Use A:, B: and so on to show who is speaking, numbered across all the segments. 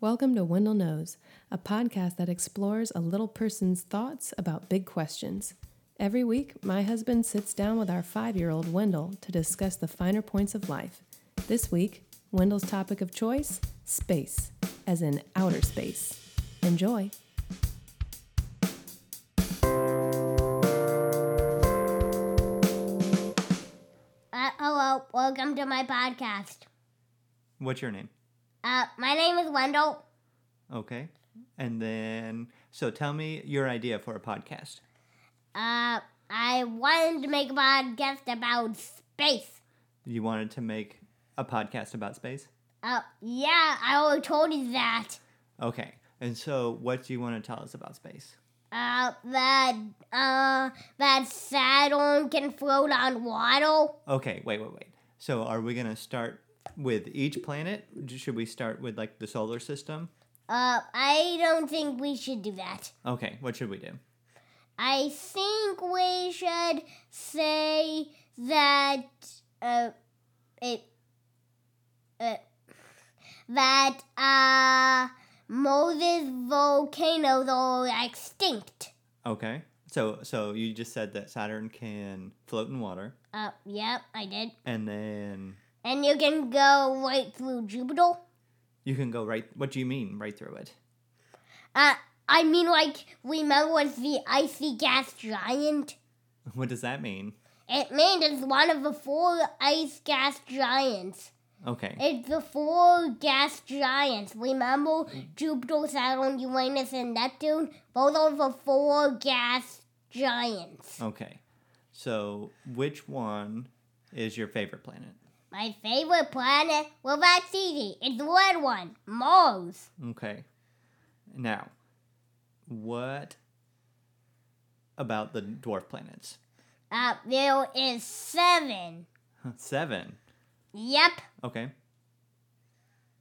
A: Welcome to Wendell Knows, a podcast that explores a little person's thoughts about big questions. Every week, my husband sits down with our five year old Wendell to discuss the finer points of life. This week, Wendell's topic of choice space, as in outer space. Enjoy.
B: Uh, hello, welcome to my podcast.
C: What's your name?
B: Uh, my name is Wendell.
C: Okay. And then, so tell me your idea for a podcast.
B: Uh, I wanted to make a podcast about space.
C: You wanted to make a podcast about space?
B: Uh, yeah, I already told you that.
C: Okay. And so, what do you want to tell us about space?
B: Uh, that, uh, that Saturn can float on water.
C: Okay, wait, wait, wait. So, are we going to start with each planet? Should we start with like the solar system?
B: Uh, I don't think we should do that.
C: Okay, what should we do?
B: I think we should say that uh, it uh, that uh Moses volcanoes are extinct.
C: Okay. So, so you just said that Saturn can float in water,
B: Uh, yep, I did.
C: and then
B: And you can go right through Jupiter.
C: you can go right. What do you mean, right through it?
B: Uh, I mean, like remember what's the icy gas giant?
C: What does that mean?
B: It means it's one of the four ice gas giants.
C: Okay.
B: It's the four gas giants. Remember Jupiter, Saturn, Uranus, and Neptune? Those are the four gas giants.
C: Okay. So, which one is your favorite planet?
B: My favorite planet? Well, that's easy. It's the red one, Mars.
C: Okay. Now, what about the dwarf planets?
B: Uh, there is seven.
C: Seven.
B: Yep.
C: Okay.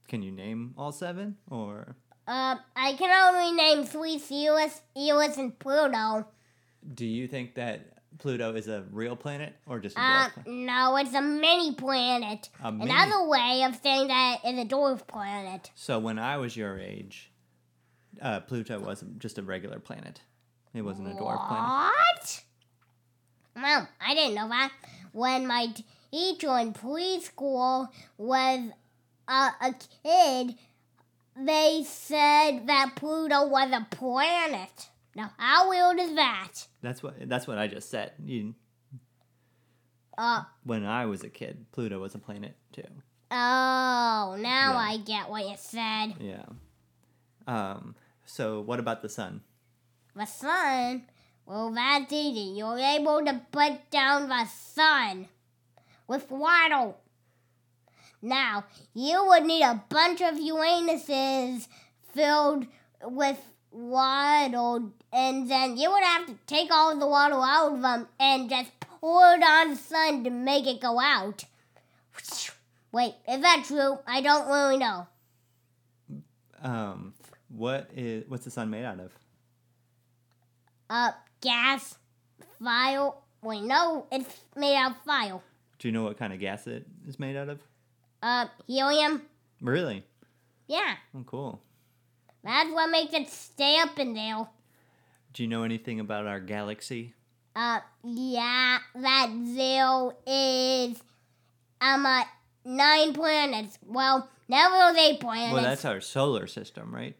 C: Can you name all seven? Or
B: Uh, I can only name three Ceres, Eris, and Pluto.
C: do you think that Pluto is a real planet or just a
B: Uh,
C: dwarf planet?
B: no, it's a mini planet.
C: A mini-
B: Another way of saying that is a dwarf planet.
C: So, when I was your age, uh, Pluto was just a regular planet, it wasn't a dwarf planet.
B: What? Well, I didn't know that. When my t- teacher in preschool was a, a kid, they said that Pluto was a planet. Now, how weird is that?
C: That's what, that's what I just said. You,
B: Uh,
C: when I was a kid, Pluto was a planet too.
B: oh, now
C: Yeah.
B: I get what you said.
C: Yeah. Um, so what about the sun?
B: The sun? Well, that's easy. You're able to put down the sun with water. Now, you would need a bunch of Uranuses filled with water, and then you would have to take all the water out of them and just pour it on the sun to make it go out. Wait, is that true? I don't really know.
C: Um, what is what's the sun made out of?
B: Uh, gas, fire. Wait, no, it's made out of fire.
C: Do you know what kind of gas it is made out of?
B: Uh, helium.
C: Really?
B: Yeah,
C: Oh, cool.
B: that's what makes it stay up in there.
C: Do you know anything about our galaxy?
B: Uh, yeah, that there is um uh, nine planets. Well, never eight planets.
C: well, that's our solar system, right?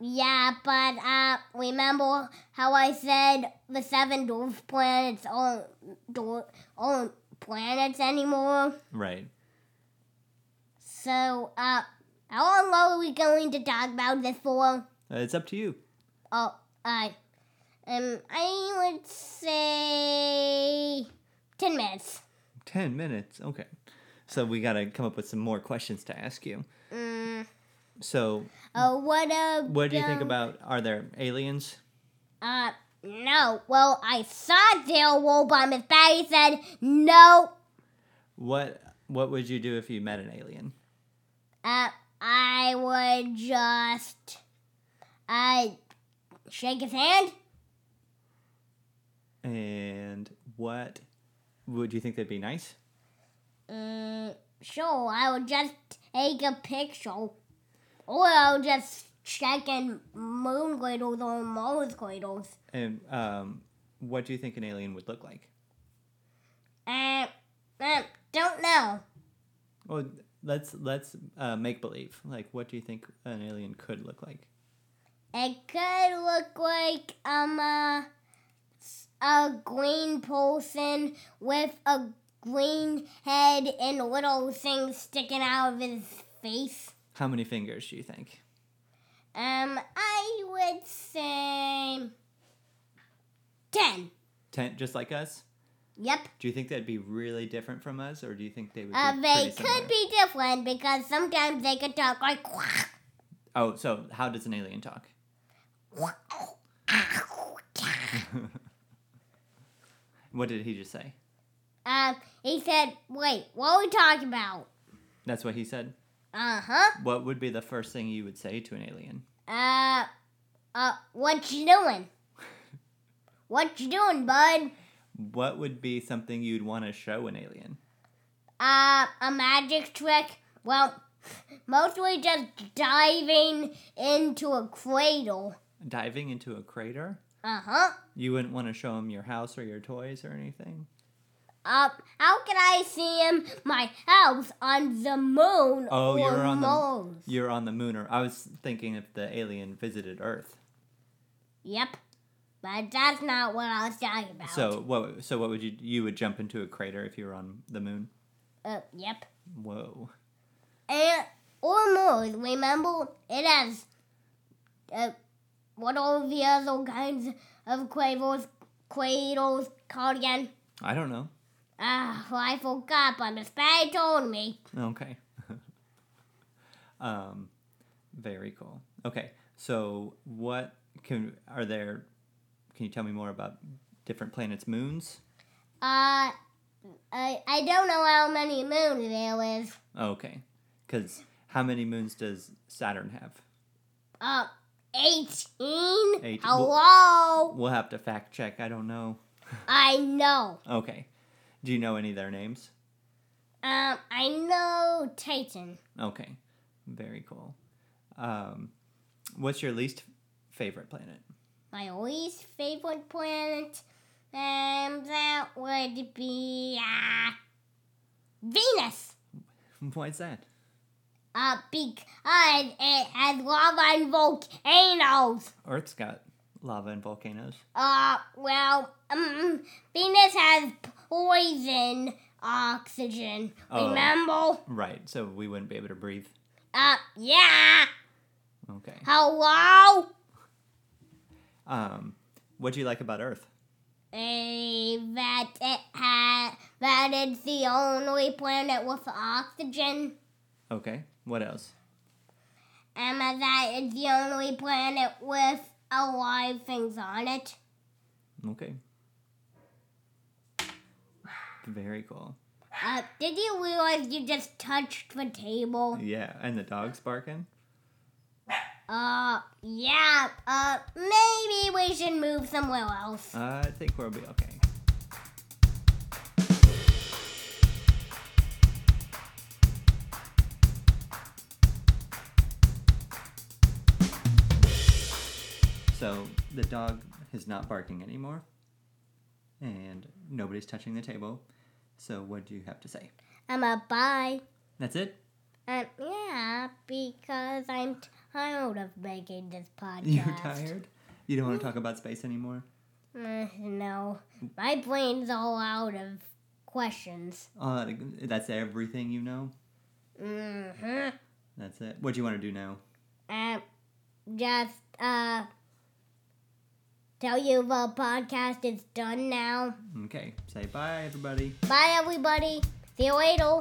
B: yeah, but uh, remember how I said the seven dwarf planets aren't dwarf, aren't planets anymore.
C: Right.
B: So uh, how long are we going to talk about this for?
C: Uh, it's up to you.
B: Oh, I, um, I would say ten minutes.
C: Ten minutes. Okay. So we gotta come up with some more questions to ask you.
B: Mm.
C: So,
B: Uh, what about?
C: what do you think about? Are there aliens?
B: Uh, no. Well, I saw Dale Wolf, but Miss Patty said no.
C: What What would you do if you met an alien?
B: Uh, I would just, uh, shake his hand.
C: And what would you think they'd be nice?
B: Mm, sure. I would just take a picture. Or I'll just check in moon cradles or Mars cradles.
C: And um, what do you think an alien would look like?
B: Uh, uh, don't know.
C: Well, let's let's uh, make believe. Like, what do you think an alien could look like?
B: It could look like um a, a green person with a green head and little things sticking out of his face.
C: How many fingers do you think?
B: Um, I would say ten.
C: Ten, just like us.
B: Yep.
C: Do you think that'd be really different from us, or do you think they would? Be
B: Uh, they
C: pretty
B: could
C: similar?
B: be different because sometimes they could talk like quack,
C: Oh, so how does an alien talk?
B: quack, ow, ow.
C: What did he just say?
B: Um, he said, "Wait, what are we talking about?"
C: That's what he said.
B: Uh huh.
C: What would be the first thing you would say to an alien?
B: Uh, uh, what you doing? What you doing, bud?
C: What would be something you'd want to show an alien?
B: Uh, a magic trick? Well, mostly just diving into a cradle.
C: Diving into a crater?
B: Uh huh.
C: You wouldn't want to show him your house or your toys or anything.
B: Uh, how can I see him my house on the moon
C: Oh,
B: or
C: you're on
B: Mars?
C: the you're on the moon, or I was thinking if the alien visited Earth.
B: Yep. But that's not what I was talking about.
C: So what? So what would you you would jump into a crater if you were on the moon?
B: Uh, yep.
C: Whoa.
B: And, or Mars, remember? It has, uh, what all the other kinds of cradles, cradles called again?
C: I don't know.
B: Ah, well, I forgot, but Miss Patty told me.
C: Okay. um, very cool. Okay. So what can are there? Can you tell me more about different planets' moons?
B: Uh, I, I don't know how many moons there is.
C: Okay. Because how many moons does Saturn have?
B: Uh, 18?
C: Eight-
B: Hello?
C: We'll have to fact check. I don't know.
B: I know.
C: Okay. Do you know any of their names?
B: Um, I know Titan.
C: Okay. Very cool. Um, what's your least favorite planet?
B: My least favorite planet, um, that would be, uh, Venus.
C: Why's that?
B: Uh, because it has lava and volcanoes.
C: Earth's got lava and volcanoes.
B: Uh, well, um, Venus has poison oxygen.
C: Oh.
B: Remember?
C: Right. So we wouldn't be able to breathe.
B: Uh, yeah.
C: Okay.
B: Hello?
C: Um, what do you like about Earth?
B: Eh, that it ha that it's the only planet with oxygen.
C: Okay. What else?
B: And that it's the only planet with alive things on it.
C: Okay. Very cool.
B: Uh, did you realize you just touched the table?
C: Yeah. And the dog's barking.
B: Uh, yeah. Uh, maybe we should move somewhere else.
C: Uh, I think we'll be okay. So the dog is not barking anymore, and nobody's touching the table. So what do you have to say?
B: I'm a Um, uh, bye.
C: That's it.
B: Um, yeah, because I'm tired of making this podcast.
C: You're tired. You don't want to talk about space anymore.
B: Uh, no, my brain's all out of questions.
C: Uh, that's everything you know.
B: Mm-hmm.
C: That's it. What do you want to do now?
B: Uh, just uh, tell you the podcast is done now.
C: Okay. Say bye, everybody.
B: Bye, everybody. See you later.